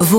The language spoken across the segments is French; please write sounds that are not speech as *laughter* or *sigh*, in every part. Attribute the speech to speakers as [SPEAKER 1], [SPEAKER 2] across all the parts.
[SPEAKER 1] Vous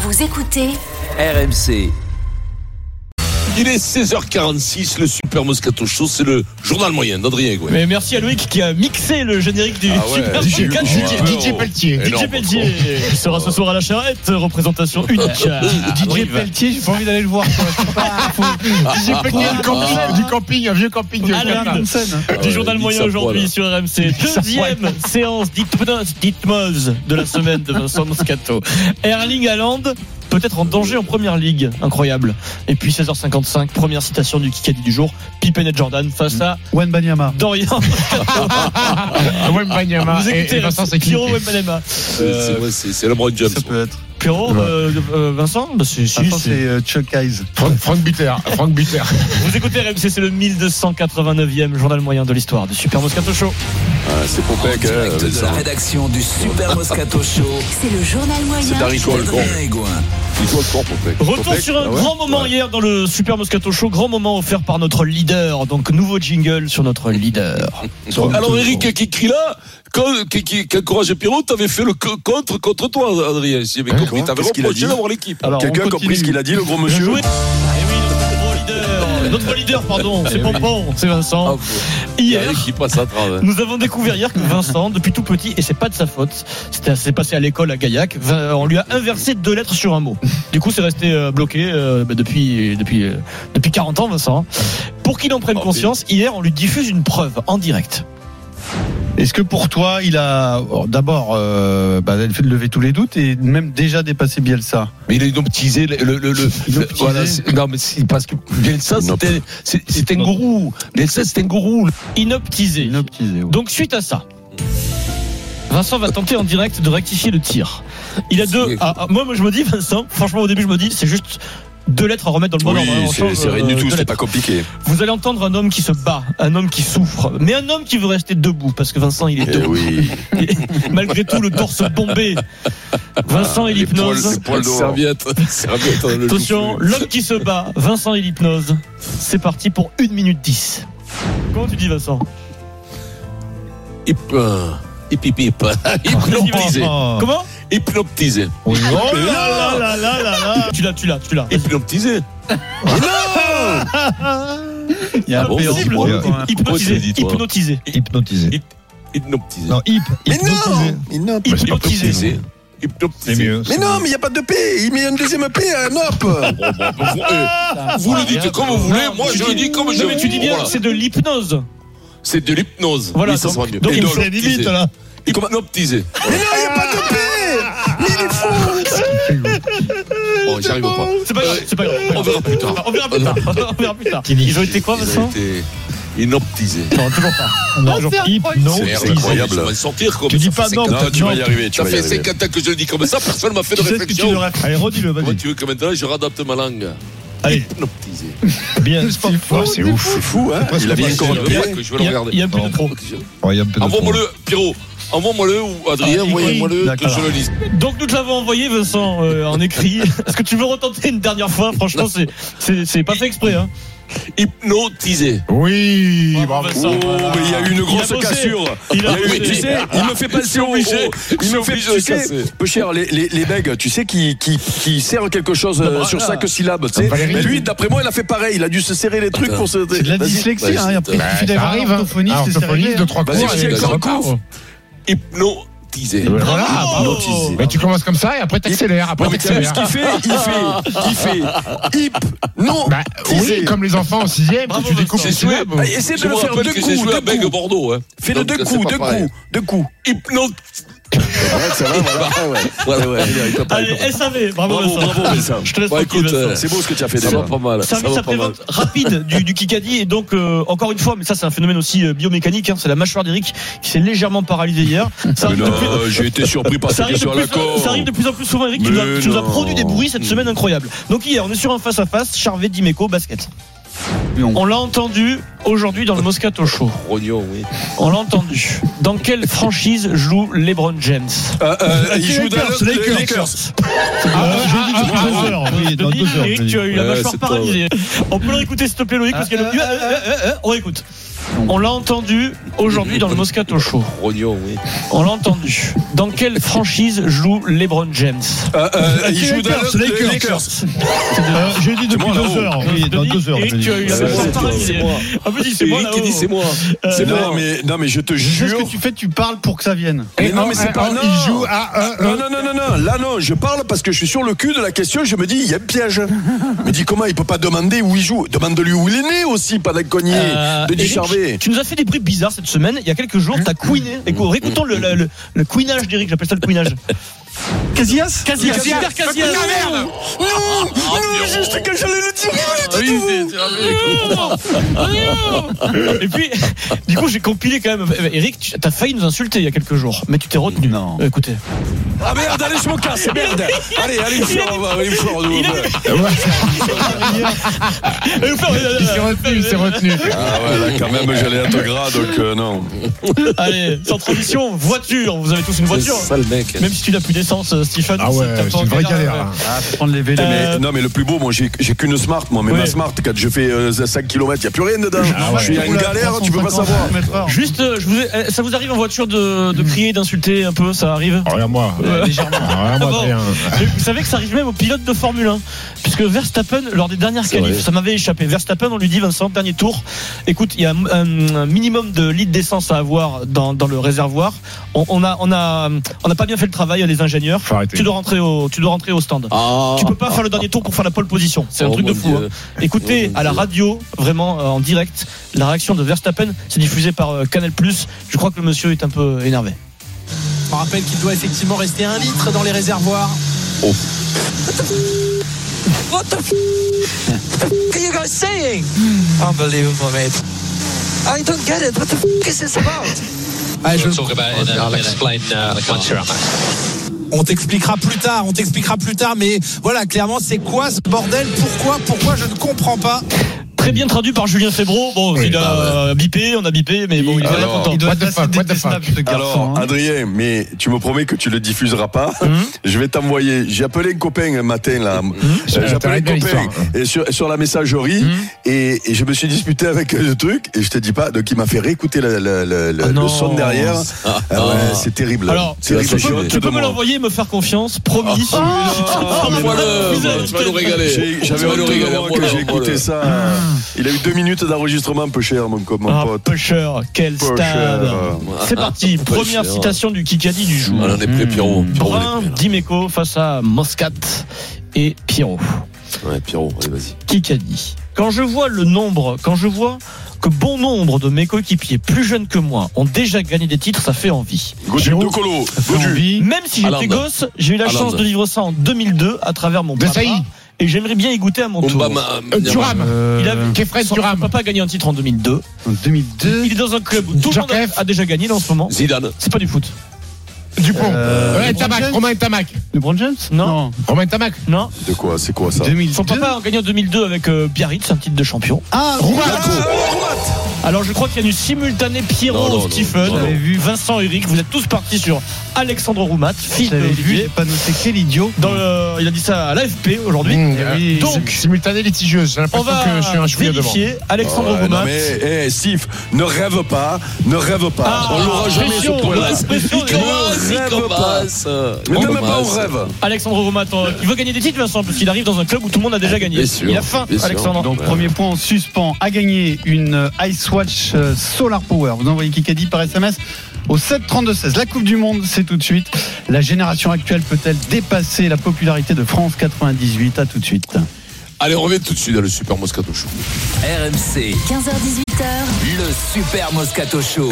[SPEAKER 1] Vous écoutez
[SPEAKER 2] RMC.
[SPEAKER 3] Il est 16h46, le Super Moscato Show, c'est le journal moyen d'Adrien Gouin.
[SPEAKER 4] Mais merci à Loïc qui a mixé le générique du
[SPEAKER 3] Ah ouais,
[SPEAKER 4] Super
[SPEAKER 3] DJ, DJ,
[SPEAKER 4] Moscato Show.
[SPEAKER 3] DJ
[SPEAKER 4] Pelletier.
[SPEAKER 3] Énorme.
[SPEAKER 4] DJ Pelletier qui sera ce soir à la charrette, représentation unique. *laughs*
[SPEAKER 5] DJ Pelletier, j'ai pas envie d'aller le voir. quoi. C'est pas- faut- DJ Pelletier du camping, du camping, un vieux camping. de
[SPEAKER 4] Alan.
[SPEAKER 5] Williamson.
[SPEAKER 4] du
[SPEAKER 3] Ah ouais,
[SPEAKER 4] journal
[SPEAKER 3] dites
[SPEAKER 4] moyen
[SPEAKER 3] ça,
[SPEAKER 4] aujourd'hui
[SPEAKER 3] voilà.
[SPEAKER 4] sur RMC. Deuxième séance d'hypnose, d'hypnose de la semaine de Vincent Moscato. Erling Haaland, peut-être en danger en première ligue. Incroyable. Et puis 16h55, première citation du Kikadi du jour. Pippen et Jordan
[SPEAKER 3] Mm.
[SPEAKER 4] face à
[SPEAKER 5] Wembanyama.
[SPEAKER 4] Dorian.
[SPEAKER 5] Wembanyama.
[SPEAKER 4] Ah, Vous
[SPEAKER 5] Ah, Et,
[SPEAKER 4] écoutez
[SPEAKER 5] et Vincent, c'est qui
[SPEAKER 4] Pierrot Wembanyama.
[SPEAKER 3] C'est- c'est- ouais, C'est c'est LeBron James.
[SPEAKER 5] être.
[SPEAKER 4] Pierrot,
[SPEAKER 5] Ouais.
[SPEAKER 4] euh, euh, Vincent Bah, c'est- si,
[SPEAKER 5] Vincent,
[SPEAKER 4] c'est-
[SPEAKER 5] c'est euh, Chuck Eyes.
[SPEAKER 6] Franck, Franck Buter, Franck Buter.
[SPEAKER 4] Vous écoutez RMC, c'est le 1289e journal moyen de l'histoire du Super Moscato Show.
[SPEAKER 3] Ah, C'est pour
[SPEAKER 2] En
[SPEAKER 3] Peck, hein,
[SPEAKER 2] direct de la
[SPEAKER 3] Vincent.
[SPEAKER 2] rédaction du Super Moscato
[SPEAKER 7] *laughs*
[SPEAKER 2] Show.
[SPEAKER 1] C'est le journal moyen.
[SPEAKER 3] C'est Dari Chouan, le con.
[SPEAKER 2] Adrien Aigouin.
[SPEAKER 3] Il faut le corps, pour Peck. Pour
[SPEAKER 4] Retour
[SPEAKER 3] Peck,
[SPEAKER 4] sur un
[SPEAKER 8] bah
[SPEAKER 3] ah ouais
[SPEAKER 4] grand moment
[SPEAKER 3] Ouais.
[SPEAKER 4] hier dans le Super Moscato Show, grand moment offert par notre leader. Donc nouveau jingle sur notre
[SPEAKER 8] *laughs*
[SPEAKER 4] leader.
[SPEAKER 3] Donc, Alors Eric qui crie là, quand, qui, qui, qui encourage Pierrot, t'avais fait le co- contre contre toi, Adrien. Si j'avais compris, t'avais
[SPEAKER 8] Qu'est-ce qu'il a
[SPEAKER 3] reproché
[SPEAKER 8] dit
[SPEAKER 3] d'avoir l'équipe.
[SPEAKER 4] Alors,
[SPEAKER 8] Quelqu'un
[SPEAKER 4] on
[SPEAKER 8] a compris ce
[SPEAKER 4] continue.
[SPEAKER 8] qu'il a dit, le gros
[SPEAKER 4] Bien
[SPEAKER 8] monsieur
[SPEAKER 4] joué. Eh oui, notre grand leader, notre leader, pardon, c'est Pompon, Ah, c'est
[SPEAKER 3] Ah,
[SPEAKER 4] Vincent.
[SPEAKER 8] Ah,
[SPEAKER 4] Hier,
[SPEAKER 3] Eric qui passe à hein. travers.
[SPEAKER 4] Nous avons découvert hier que Vincent, depuis tout petit, et c'est pas de sa faute, c'était c'est passé à l'école à Gaillac, Vin- on lui a inversé deux lettres sur un mot. Du coup, c'est resté euh, bloqué euh, bah, depuis depuis euh, depuis 40 ans, Vincent. hein. Pour qu'il en prenne
[SPEAKER 3] Oh,
[SPEAKER 4] conscience, hier, on lui diffuse une preuve en direct.
[SPEAKER 5] Est-ce que pour toi, il a oh, d'abord euh, bah, le fait de lever tous les doutes et même déjà dépassé Bielsa
[SPEAKER 6] Mais il a hypnotisé le. le, le, le-
[SPEAKER 5] Hypnotisé.
[SPEAKER 6] voilà, c'est- non, mais c'est parce que Bielsa, c'était c'est- c'est un gourou. Bielsa, c'est un gourou.
[SPEAKER 4] Inoptisé.
[SPEAKER 5] Inoptisé. ouais.
[SPEAKER 4] Donc suite à ça, Vincent va tenter en direct de rectifier le tir. Il a deux. ah, ah, moi, moi, je me dis, Vincent, franchement, au début, je me dis, c'est juste deux lettres à remettre dans le bon ordre, hein,
[SPEAKER 8] Oui,
[SPEAKER 4] on
[SPEAKER 8] c'est-
[SPEAKER 4] change,
[SPEAKER 8] c'est rien
[SPEAKER 4] euh,
[SPEAKER 8] du tout,
[SPEAKER 4] deux
[SPEAKER 8] c'était
[SPEAKER 4] lettres.
[SPEAKER 8] pas compliqué.
[SPEAKER 4] Vous allez entendre un homme qui se bat, un homme qui souffre, mais un homme qui veut rester debout, parce que Vincent, il est
[SPEAKER 8] Eh
[SPEAKER 4] debout.
[SPEAKER 8] oui,
[SPEAKER 4] *laughs* Malgré tout, le torse bombé. Vincent et
[SPEAKER 3] Ah, Les poils,
[SPEAKER 4] l'hypnose.
[SPEAKER 3] les poils
[SPEAKER 8] dehors.
[SPEAKER 3] serviette, *laughs* serviette dans le
[SPEAKER 4] Attention,
[SPEAKER 3] joufflu.
[SPEAKER 4] l'homme qui se bat, Vincent et l'hypnose. C'est parti pour 1 minute 10. Comment tu dis, Vincent
[SPEAKER 3] Hip, euh, hip, hip, hip. hypnotisé,
[SPEAKER 5] Oh.
[SPEAKER 4] Comment
[SPEAKER 3] hypnotisé,
[SPEAKER 5] Oui.
[SPEAKER 4] Ah. Oh là là là là là là Tu l'as, tu l'as, tu l'as.
[SPEAKER 3] hypnotisé.
[SPEAKER 5] Il y a un
[SPEAKER 3] bon,
[SPEAKER 5] peu-
[SPEAKER 3] c'est bon,
[SPEAKER 5] il y a-
[SPEAKER 3] bon.
[SPEAKER 4] Hypnotisé,
[SPEAKER 3] Pourquoi tu l'as dit, toi
[SPEAKER 4] hypnotisé,
[SPEAKER 5] Hypnotisé.
[SPEAKER 3] Hypnotisé.
[SPEAKER 5] Non, hyp.
[SPEAKER 8] Mais
[SPEAKER 5] hypnotisé.
[SPEAKER 8] non Il nope.
[SPEAKER 6] c'est pas
[SPEAKER 4] Ah, hypnotisé.
[SPEAKER 3] Hypnotisé. Hypnotisé.
[SPEAKER 8] Mais non, mais il n'y a pas de P Il met une deuxième P à un
[SPEAKER 4] Ah,
[SPEAKER 8] op
[SPEAKER 3] Bon, bah, vous, eh, vous le dites comme vous voulez,
[SPEAKER 4] Non,
[SPEAKER 3] moi
[SPEAKER 4] tu
[SPEAKER 3] je le dis comme je
[SPEAKER 4] Non, mais
[SPEAKER 3] veux.
[SPEAKER 4] tu dis bien
[SPEAKER 3] Voilà.
[SPEAKER 4] que c'est de l'hypnose.
[SPEAKER 3] C'est de l'hypnose.
[SPEAKER 4] Voilà,
[SPEAKER 3] oui, ça
[SPEAKER 4] donc-
[SPEAKER 3] sera mieux.
[SPEAKER 4] donc
[SPEAKER 3] Et
[SPEAKER 4] il
[SPEAKER 3] de
[SPEAKER 4] fait
[SPEAKER 3] l'hypnotisé.
[SPEAKER 5] là.
[SPEAKER 3] Hypnotisé.
[SPEAKER 8] Mais non, il n'y a pas de P Mais il est fou
[SPEAKER 3] Bon, j'y arrive Oh, pas.
[SPEAKER 4] C'est pas grave, c'est pas grave.
[SPEAKER 3] On verra plus tard.
[SPEAKER 4] On verra plus tard. On verra plus tard. Ils ont été quoi,
[SPEAKER 3] Ils ont
[SPEAKER 4] Vincent Oh,
[SPEAKER 3] été hypnotisés.
[SPEAKER 4] Non, toujours pas. toujours pas.
[SPEAKER 3] Oh, C'est
[SPEAKER 8] incroyable.
[SPEAKER 3] Je vais sortir comme
[SPEAKER 4] Tu
[SPEAKER 3] ça
[SPEAKER 4] dis
[SPEAKER 3] fait
[SPEAKER 4] pas non,
[SPEAKER 3] 50
[SPEAKER 8] Non, tu vas y arriver, tu
[SPEAKER 3] Ça
[SPEAKER 8] vas y
[SPEAKER 3] fait
[SPEAKER 8] arriver.
[SPEAKER 3] 50 ans que je le dis comme ça, personne m'a fait de
[SPEAKER 5] Tu sais ce que tu
[SPEAKER 3] réflexion.
[SPEAKER 5] devrais faire.
[SPEAKER 4] Eh,
[SPEAKER 5] Allez, redis-le,
[SPEAKER 3] Comment
[SPEAKER 5] vas-y.
[SPEAKER 3] tu veux que maintenant je réadapte ma langue
[SPEAKER 4] Allez.
[SPEAKER 3] Hypnotisé.
[SPEAKER 4] Bien.
[SPEAKER 5] C'est fou.
[SPEAKER 8] C'est ouf, c'est fou, hein Il a bien
[SPEAKER 3] Vas-y,
[SPEAKER 8] encore
[SPEAKER 3] je
[SPEAKER 8] un P.
[SPEAKER 3] vois que Je vais
[SPEAKER 4] Il
[SPEAKER 3] le
[SPEAKER 4] y a-
[SPEAKER 3] regarder.
[SPEAKER 4] il y a plus de pro.
[SPEAKER 3] Envoie-moi le, Pierrot. Envoie-moi le ou Adrien,
[SPEAKER 4] Ah,
[SPEAKER 3] envoyez-moi le que
[SPEAKER 5] d'accord.
[SPEAKER 3] je le lise.
[SPEAKER 4] Donc nous te l'avons envoyé, Vincent, euh, en *laughs* écrit. Est-ce que tu veux retenter une dernière fois Franchement, c'est- c'est c'est pas fait exprès. Hein.
[SPEAKER 3] Hypnotisé.
[SPEAKER 6] Oui,
[SPEAKER 4] bravo.
[SPEAKER 8] Oh, mais il y a eu une grosse
[SPEAKER 4] bossé.
[SPEAKER 8] cassure
[SPEAKER 4] Il a
[SPEAKER 8] Il y a eu-
[SPEAKER 4] bossé.
[SPEAKER 8] tu sais,
[SPEAKER 3] Ah,
[SPEAKER 8] il me fait passer au
[SPEAKER 3] obligé.
[SPEAKER 8] Il me fait,
[SPEAKER 3] obligé de
[SPEAKER 8] tu sais,
[SPEAKER 3] casser.
[SPEAKER 8] peu cher, les, les, les bègues, tu sais, qui, qui, qui serrent quelque chose euh, sur cinq syllabes. tu sais.
[SPEAKER 6] Valérie.
[SPEAKER 8] Mais lui, d'après moi, il a fait pareil. Il a dû se serrer les trucs
[SPEAKER 3] Attends.
[SPEAKER 8] pour se.
[SPEAKER 5] C'est de la
[SPEAKER 8] Vas-y.
[SPEAKER 5] dyslexie, hein. et Après, il
[SPEAKER 6] Bah, ça
[SPEAKER 5] suffit d'aller voir
[SPEAKER 6] arrive,
[SPEAKER 5] un
[SPEAKER 6] hein.
[SPEAKER 5] orthophoniste,
[SPEAKER 6] Alors,
[SPEAKER 5] c'est
[SPEAKER 6] orthophoniste
[SPEAKER 5] réglé,
[SPEAKER 6] de
[SPEAKER 5] hein.
[SPEAKER 6] trois
[SPEAKER 8] Vas-y,
[SPEAKER 6] cours
[SPEAKER 8] vas-y,
[SPEAKER 6] et
[SPEAKER 8] avec
[SPEAKER 6] ça
[SPEAKER 8] le
[SPEAKER 6] repart.
[SPEAKER 8] recours.
[SPEAKER 3] Hypnotisé.
[SPEAKER 6] Voilà.
[SPEAKER 4] Bravo.
[SPEAKER 6] Mais tu commences comme ça et après t'accélères. Après
[SPEAKER 8] Non, mais tu as vu
[SPEAKER 6] t'accélères.
[SPEAKER 8] ce qu'il fait Il fait, il fait, hip, non.
[SPEAKER 6] Bah,
[SPEAKER 8] Teaser.
[SPEAKER 6] oui, comme les enfants en sixième, quand
[SPEAKER 4] Bravo,
[SPEAKER 6] tu découpes
[SPEAKER 4] Vincent.
[SPEAKER 6] les syllabes.
[SPEAKER 7] Ah,
[SPEAKER 8] Allez, Essaie
[SPEAKER 3] Je
[SPEAKER 8] de
[SPEAKER 3] me
[SPEAKER 8] le faire
[SPEAKER 3] rappelle
[SPEAKER 8] deux
[SPEAKER 3] que j'ai
[SPEAKER 8] coups,
[SPEAKER 3] joué à
[SPEAKER 8] deux
[SPEAKER 3] Bègue
[SPEAKER 8] coups.
[SPEAKER 3] Bordeaux. hein.
[SPEAKER 8] Fais-le
[SPEAKER 3] Donc,
[SPEAKER 8] deux
[SPEAKER 3] c'est
[SPEAKER 8] coups,
[SPEAKER 3] pas
[SPEAKER 8] deux
[SPEAKER 3] pareil.
[SPEAKER 8] coups, deux coups.
[SPEAKER 3] Hypnotisé.
[SPEAKER 8] Ouais, ça va,
[SPEAKER 3] *laughs*
[SPEAKER 8] voilà. Ouais, ouais. Ouais, ouais, il t'a pas- il
[SPEAKER 4] Allez,
[SPEAKER 8] t'a pas-
[SPEAKER 4] SAV, bravo,
[SPEAKER 8] Bravo,
[SPEAKER 4] Vincent.
[SPEAKER 8] bravo, Vincent.
[SPEAKER 4] *laughs* Je te laisse
[SPEAKER 8] Bon,
[SPEAKER 4] tranquille,
[SPEAKER 8] écoute,
[SPEAKER 4] Vincent.
[SPEAKER 8] euh, c'est beau ce que tu as fait
[SPEAKER 3] Ça va
[SPEAKER 8] déjà.
[SPEAKER 3] pas mal. Ah bah, ça
[SPEAKER 4] Service
[SPEAKER 3] va pas mal.
[SPEAKER 4] après-vente rapide du, du Kikadi et donc euh, encore une fois, mais ça c'est un phénomène aussi euh, biomécanique, hein, c'est la mâchoire d'Eric qui s'est légèrement paralysée hier.
[SPEAKER 3] *laughs*
[SPEAKER 4] Ça
[SPEAKER 3] Mais
[SPEAKER 4] arrive, de
[SPEAKER 3] non,
[SPEAKER 4] plus,
[SPEAKER 8] euh,
[SPEAKER 3] j'ai été surpris par
[SPEAKER 4] ça
[SPEAKER 3] cette
[SPEAKER 4] arrive de
[SPEAKER 3] question à
[SPEAKER 4] plus-
[SPEAKER 3] la con.
[SPEAKER 4] ça arrive de plus en plus souvent Eric, tu
[SPEAKER 3] Mais
[SPEAKER 4] nous, as, tu nous as
[SPEAKER 3] non.
[SPEAKER 4] produit des bruits cette semaine incroyable. Donc hier on est sur un face-à-face, Charvet Dimeco, basket.
[SPEAKER 5] Non.
[SPEAKER 4] On l'a entendu aujourd'hui dans le Moscato Show.
[SPEAKER 3] Rognon, oui.
[SPEAKER 4] On l'a entendu. Dans quelle franchise joue LeBron James
[SPEAKER 8] Euh, euh, il
[SPEAKER 5] Les
[SPEAKER 8] joue dans
[SPEAKER 5] Lakers,
[SPEAKER 8] le-
[SPEAKER 5] les
[SPEAKER 8] les
[SPEAKER 5] Lakers.
[SPEAKER 8] Lakers.
[SPEAKER 5] Ah, je dis
[SPEAKER 4] ah,
[SPEAKER 5] dans
[SPEAKER 4] ah,
[SPEAKER 5] deux heures. Oui,
[SPEAKER 4] Je
[SPEAKER 5] dans
[SPEAKER 4] dis,
[SPEAKER 5] deux heures. je
[SPEAKER 4] Eric, tu as
[SPEAKER 5] dis.
[SPEAKER 4] eu la
[SPEAKER 3] Ouais,
[SPEAKER 4] mâchoire
[SPEAKER 3] c'est pas
[SPEAKER 4] paralysée. On peut le réécouter s'il te plaît Loïc parce qu'il y a le...
[SPEAKER 5] Ah, ah,
[SPEAKER 4] Euh, euh, euh, on réécoute. On l'a entendu aujourd'hui dans le Moscato Show.
[SPEAKER 3] Rognon, oui.
[SPEAKER 4] On l'a entendu. Dans quelle franchise joue LeBron James
[SPEAKER 3] Ah,
[SPEAKER 8] Euh, euh,
[SPEAKER 5] Les
[SPEAKER 8] Il joue dans
[SPEAKER 5] Lakers,
[SPEAKER 8] le-
[SPEAKER 5] Lakers.
[SPEAKER 8] les Lakers.
[SPEAKER 5] Euh, Je dis depuis
[SPEAKER 8] moi, là-haut.
[SPEAKER 5] deux heures. Oui, dans
[SPEAKER 4] Denis,
[SPEAKER 5] deux heures.
[SPEAKER 4] Eric,
[SPEAKER 5] je dis.
[SPEAKER 4] tu as eu la
[SPEAKER 8] Ouais,
[SPEAKER 4] mâchoire
[SPEAKER 8] c'est toi,
[SPEAKER 4] paralysée.
[SPEAKER 8] c'est
[SPEAKER 4] En plus, il s'est moi
[SPEAKER 3] qui dit c'est
[SPEAKER 4] là-haut.
[SPEAKER 3] moi.
[SPEAKER 4] Euh,
[SPEAKER 8] C'est non, mais, non, mais je te
[SPEAKER 5] Tu sais ce
[SPEAKER 8] jure.
[SPEAKER 5] que tu fais, tu parles pour que ça vienne.
[SPEAKER 8] Mais non, mais c'est pas- non.
[SPEAKER 5] Il joue à un,
[SPEAKER 8] Non,
[SPEAKER 5] un.
[SPEAKER 8] non, non, non, non, là non, je parle parce que je suis sur le cul de la question, je me dis, il y a piège. Mais dis comment, il peut pas demander où il joue Demande-lui où il est né aussi, pas d'acogner,
[SPEAKER 4] Euh,
[SPEAKER 8] de Di
[SPEAKER 4] Eric,
[SPEAKER 8] Charvet.
[SPEAKER 4] Tu nous as fait des bruits bizarres cette semaine. Il y a quelques jours, t'as couiné. Écoute, Réécoutons le, le, le- le couinage d'Eric. J'appelle ça le couinage.
[SPEAKER 5] Casillas
[SPEAKER 4] Casillas, super Casillas.
[SPEAKER 8] Non, non, juste que j'allais le dire.
[SPEAKER 4] Et puis, du coup, j'ai compilé quand même. Euh, Eric, tu- t'as failli nous insulter il y a quelques jours, mais tu t'es retenu.
[SPEAKER 5] Non.
[SPEAKER 4] Euh, Écoutez.
[SPEAKER 8] Ah merde, allez, je me casse, merde. Allez, allez, il on va aller me faire. on va-
[SPEAKER 4] Euh, Florent, euh,
[SPEAKER 5] Il s'est retenu, il s'est retenu.
[SPEAKER 8] Ah ouais, là quand même, j'allais être gras, donc euh, non.
[SPEAKER 4] Allez, sans transition, voiture. Vous avez tous une voiture.
[SPEAKER 3] C'est ça le mec.
[SPEAKER 4] Même si tu n'as plus d'essence, euh, Stephen.
[SPEAKER 9] Ah ouais,
[SPEAKER 4] t'as pas
[SPEAKER 9] c'est une vraie
[SPEAKER 4] encore-
[SPEAKER 9] galère. hein.
[SPEAKER 5] Prendre les vélos.
[SPEAKER 4] Euh,
[SPEAKER 8] Mais, non, mais le plus beau, moi, j'ai j'ai qu'une Smart, moi, mais
[SPEAKER 4] Ouais.
[SPEAKER 8] ma Smart, quand je fais euh, 5 km, il n'y a plus rien dedans. je suis à une galère, tu peux pas savoir.
[SPEAKER 4] Juste, euh, je vous ai- euh, ça vous arrive en voiture de, de crier, d'insulter un peu, ça arrive
[SPEAKER 9] Regarde-moi.
[SPEAKER 4] Ah bon.
[SPEAKER 9] Regarde-moi, Adrien.
[SPEAKER 4] Mais Vous savez que ça arrive même aux pilotes de Formule 1. Puisque Verstappen, lors des dernières qualifs, ça m'avait échappé. Verstappen, on lui dit, Vincent, dernier tour, écoute, il y a un, un- un minimum de litres d'essence à avoir dans, dans le réservoir. On, on a, on a, on n'a pas bien fait le travail, les ingénieurs.
[SPEAKER 9] Faut arrêter.
[SPEAKER 4] Tu dois rentrer au, tu dois rentrer au stand.
[SPEAKER 3] Ah.
[SPEAKER 4] Tu peux pas faire le dernier tour pour faire la pole position. C'est un
[SPEAKER 3] Oh
[SPEAKER 4] truc de
[SPEAKER 3] mon
[SPEAKER 4] fou.
[SPEAKER 3] Dieu.
[SPEAKER 4] hein. Écoutez
[SPEAKER 3] Oh mon
[SPEAKER 4] à la
[SPEAKER 3] Dieu.
[SPEAKER 4] radio, vraiment euh, en direct, la réaction de Verstappen. C'est diffusé par euh, Canal+. Je crois que le monsieur est un peu énervé.
[SPEAKER 7] On rappelle qu'il doit effectivement rester un litre dans les réservoirs.
[SPEAKER 3] Oh.
[SPEAKER 7] What the f- *laughs* are you guys saying? Unbelievable, mate. I don't get it. What the f- is this about? Ah, Oh, On t'expliquera plus tard, on t'expliquera plus tard, mais voilà, clairement, c'est quoi ce bordel Pourquoi Pourquoi je ne comprends pas
[SPEAKER 4] Très bien traduit par Julien Febro. Bon,
[SPEAKER 9] Oui,
[SPEAKER 4] il a
[SPEAKER 3] bah
[SPEAKER 4] euh, bipé, on a bipé, mais bon, il est pas
[SPEAKER 8] alors,
[SPEAKER 4] content.
[SPEAKER 5] Il doit
[SPEAKER 9] What the
[SPEAKER 5] passer
[SPEAKER 9] fuck,
[SPEAKER 5] des
[SPEAKER 9] what the fuck.
[SPEAKER 5] détestables, ce garçon.
[SPEAKER 8] Alors,
[SPEAKER 5] hein.
[SPEAKER 8] Adrien, mais tu me promets que tu le diffuseras pas.
[SPEAKER 4] Mhm.
[SPEAKER 8] Je vais t'envoyer. J'ai appelé un copain un matin là. Euh, J'ai appelé un
[SPEAKER 9] T'arrêtes bien
[SPEAKER 8] copain
[SPEAKER 9] l'histoire.
[SPEAKER 8] et sur, sur la
[SPEAKER 3] hein.
[SPEAKER 8] messagerie
[SPEAKER 4] hmm
[SPEAKER 8] et, et je me suis disputé avec le truc et je te dis pas. Donc il m'a fait réécouter la- la- la- la-
[SPEAKER 4] Ah non.
[SPEAKER 8] le son derrière.
[SPEAKER 3] Ah,
[SPEAKER 8] Ah ouais,
[SPEAKER 3] ah.
[SPEAKER 8] c'est terrible.
[SPEAKER 4] Alors,
[SPEAKER 8] c'est
[SPEAKER 4] tu
[SPEAKER 8] terrible.
[SPEAKER 4] peux, tu peux me l'envoyer et me faire confiance, promis.
[SPEAKER 3] Ah, mais voilà, tu vas nous régaler.
[SPEAKER 8] J'ai-
[SPEAKER 3] Tu
[SPEAKER 8] J'avais
[SPEAKER 3] vas
[SPEAKER 8] honte
[SPEAKER 3] nous régaler,
[SPEAKER 8] de moi que
[SPEAKER 3] voilà,
[SPEAKER 8] j'ai écouté
[SPEAKER 3] voilà.
[SPEAKER 8] ça. Il a eu deux minutes d'enregistrement, un peu cher, mon, co- mon
[SPEAKER 4] Ah,
[SPEAKER 8] pote.
[SPEAKER 4] pusher, quel
[SPEAKER 8] Peu
[SPEAKER 4] stade.
[SPEAKER 8] cher.
[SPEAKER 4] C'est parti, première
[SPEAKER 3] Ah, Pusher.
[SPEAKER 4] citation du Kikadi du jour.
[SPEAKER 3] On en est prêt, Pierrot.
[SPEAKER 4] Hmm.
[SPEAKER 3] Pierrot, on
[SPEAKER 4] Brun,
[SPEAKER 3] est prêt,
[SPEAKER 4] Dimeco face à Moscat et Pierrot.
[SPEAKER 3] là. hein. Ouais, Pierrot, allez, vas-y.
[SPEAKER 4] Kikadi. Quand je vois le nombre, quand je vois que bon nombre de mes coéquipiers plus jeunes que moi ont déjà gagné des titres, ça fait envie.
[SPEAKER 8] Godu
[SPEAKER 4] Pierrot,
[SPEAKER 8] de Colo.
[SPEAKER 5] J'ai
[SPEAKER 8] Godu.
[SPEAKER 5] envie.
[SPEAKER 4] Même si j'étais
[SPEAKER 3] Allende.
[SPEAKER 4] gosse, j'ai eu la
[SPEAKER 3] Allende.
[SPEAKER 4] chance de vivre ça en 2002 à travers mon
[SPEAKER 9] De
[SPEAKER 4] papa.
[SPEAKER 9] Saïd.
[SPEAKER 4] Et j'aimerais bien y goûter à mon tour.
[SPEAKER 3] Mbama,
[SPEAKER 9] Euh,
[SPEAKER 3] Mbama.
[SPEAKER 9] Thuram.
[SPEAKER 5] Euh,
[SPEAKER 4] Il avait-
[SPEAKER 9] Kefren
[SPEAKER 4] Son
[SPEAKER 9] Thuram.
[SPEAKER 4] papa a gagné un titre en 2002.
[SPEAKER 5] En 2002.
[SPEAKER 4] Il est dans un club où tout le monde
[SPEAKER 9] Djorkaeff.
[SPEAKER 4] a- a déjà gagné là, en ce moment.
[SPEAKER 3] Zidane.
[SPEAKER 4] C'est pas du foot.
[SPEAKER 9] Dupont.
[SPEAKER 5] Euh,
[SPEAKER 9] Ouais,
[SPEAKER 5] LeBron
[SPEAKER 9] Tamac.
[SPEAKER 5] James
[SPEAKER 9] Romain Tamac.
[SPEAKER 5] LeBron James
[SPEAKER 4] Non.
[SPEAKER 9] Romain Tamac.
[SPEAKER 4] Non.
[SPEAKER 8] De quoi C'est quoi ça
[SPEAKER 5] 2002.
[SPEAKER 4] Son papa a gagné en 2002 avec euh, Biarritz, un titre de champion.
[SPEAKER 5] Ah,
[SPEAKER 4] Alors je crois qu'il y a eu simultané Pierrot,
[SPEAKER 3] Non, non, non,
[SPEAKER 4] Stephen,
[SPEAKER 3] non, non.
[SPEAKER 4] Vincent, Eric. Vous êtes tous partis sur Alexandre Roumat, fils
[SPEAKER 5] je
[SPEAKER 4] de
[SPEAKER 5] l'avais vu,
[SPEAKER 4] Olivier.
[SPEAKER 5] j'ai pas noté quel idiot.
[SPEAKER 4] Dans le- euh, il a dit ça à l'AFP aujourd'hui.
[SPEAKER 9] Mmh,
[SPEAKER 4] oui.
[SPEAKER 9] euh,
[SPEAKER 4] Donc,
[SPEAKER 9] Simultané litigieuse. J'ai
[SPEAKER 4] On
[SPEAKER 9] l'impression
[SPEAKER 4] va
[SPEAKER 9] que je suis un chouïa devant.
[SPEAKER 4] vérifier Alexandre
[SPEAKER 8] Ouais,
[SPEAKER 4] Roumat.
[SPEAKER 8] non mais, eh, Steve, ne rêve pas, ne rêve pas.
[SPEAKER 4] Ah,
[SPEAKER 8] on l'aura jamais ce
[SPEAKER 4] pression,
[SPEAKER 8] point-là.
[SPEAKER 4] pression,
[SPEAKER 8] Il commence, il commence. Mais même pas, on rêve.
[SPEAKER 4] Alexandre Roumat, euh, il veut gagner des titres, Vincent, parce qu'il arrive dans un club où tout le monde a
[SPEAKER 8] Eh,
[SPEAKER 4] déjà gagné.
[SPEAKER 3] Bien sûr,
[SPEAKER 4] il a faim,
[SPEAKER 3] bien sûr.
[SPEAKER 4] Alexandre.
[SPEAKER 5] Donc, premier point en suspens. A gagné une euh, Ice Watch euh, Solar Power. Vous envoyez Kikadi par SMS au 732-16. La Coupe du Monde, c'est tout de suite. La génération actuelle peut-elle dépasser la popularité de France 98 À tout de suite.
[SPEAKER 3] Allez, on revient tout de suite dans le Super Moscato Show.
[SPEAKER 2] RMC,
[SPEAKER 1] 15h18h,
[SPEAKER 2] le Super Moscato Show.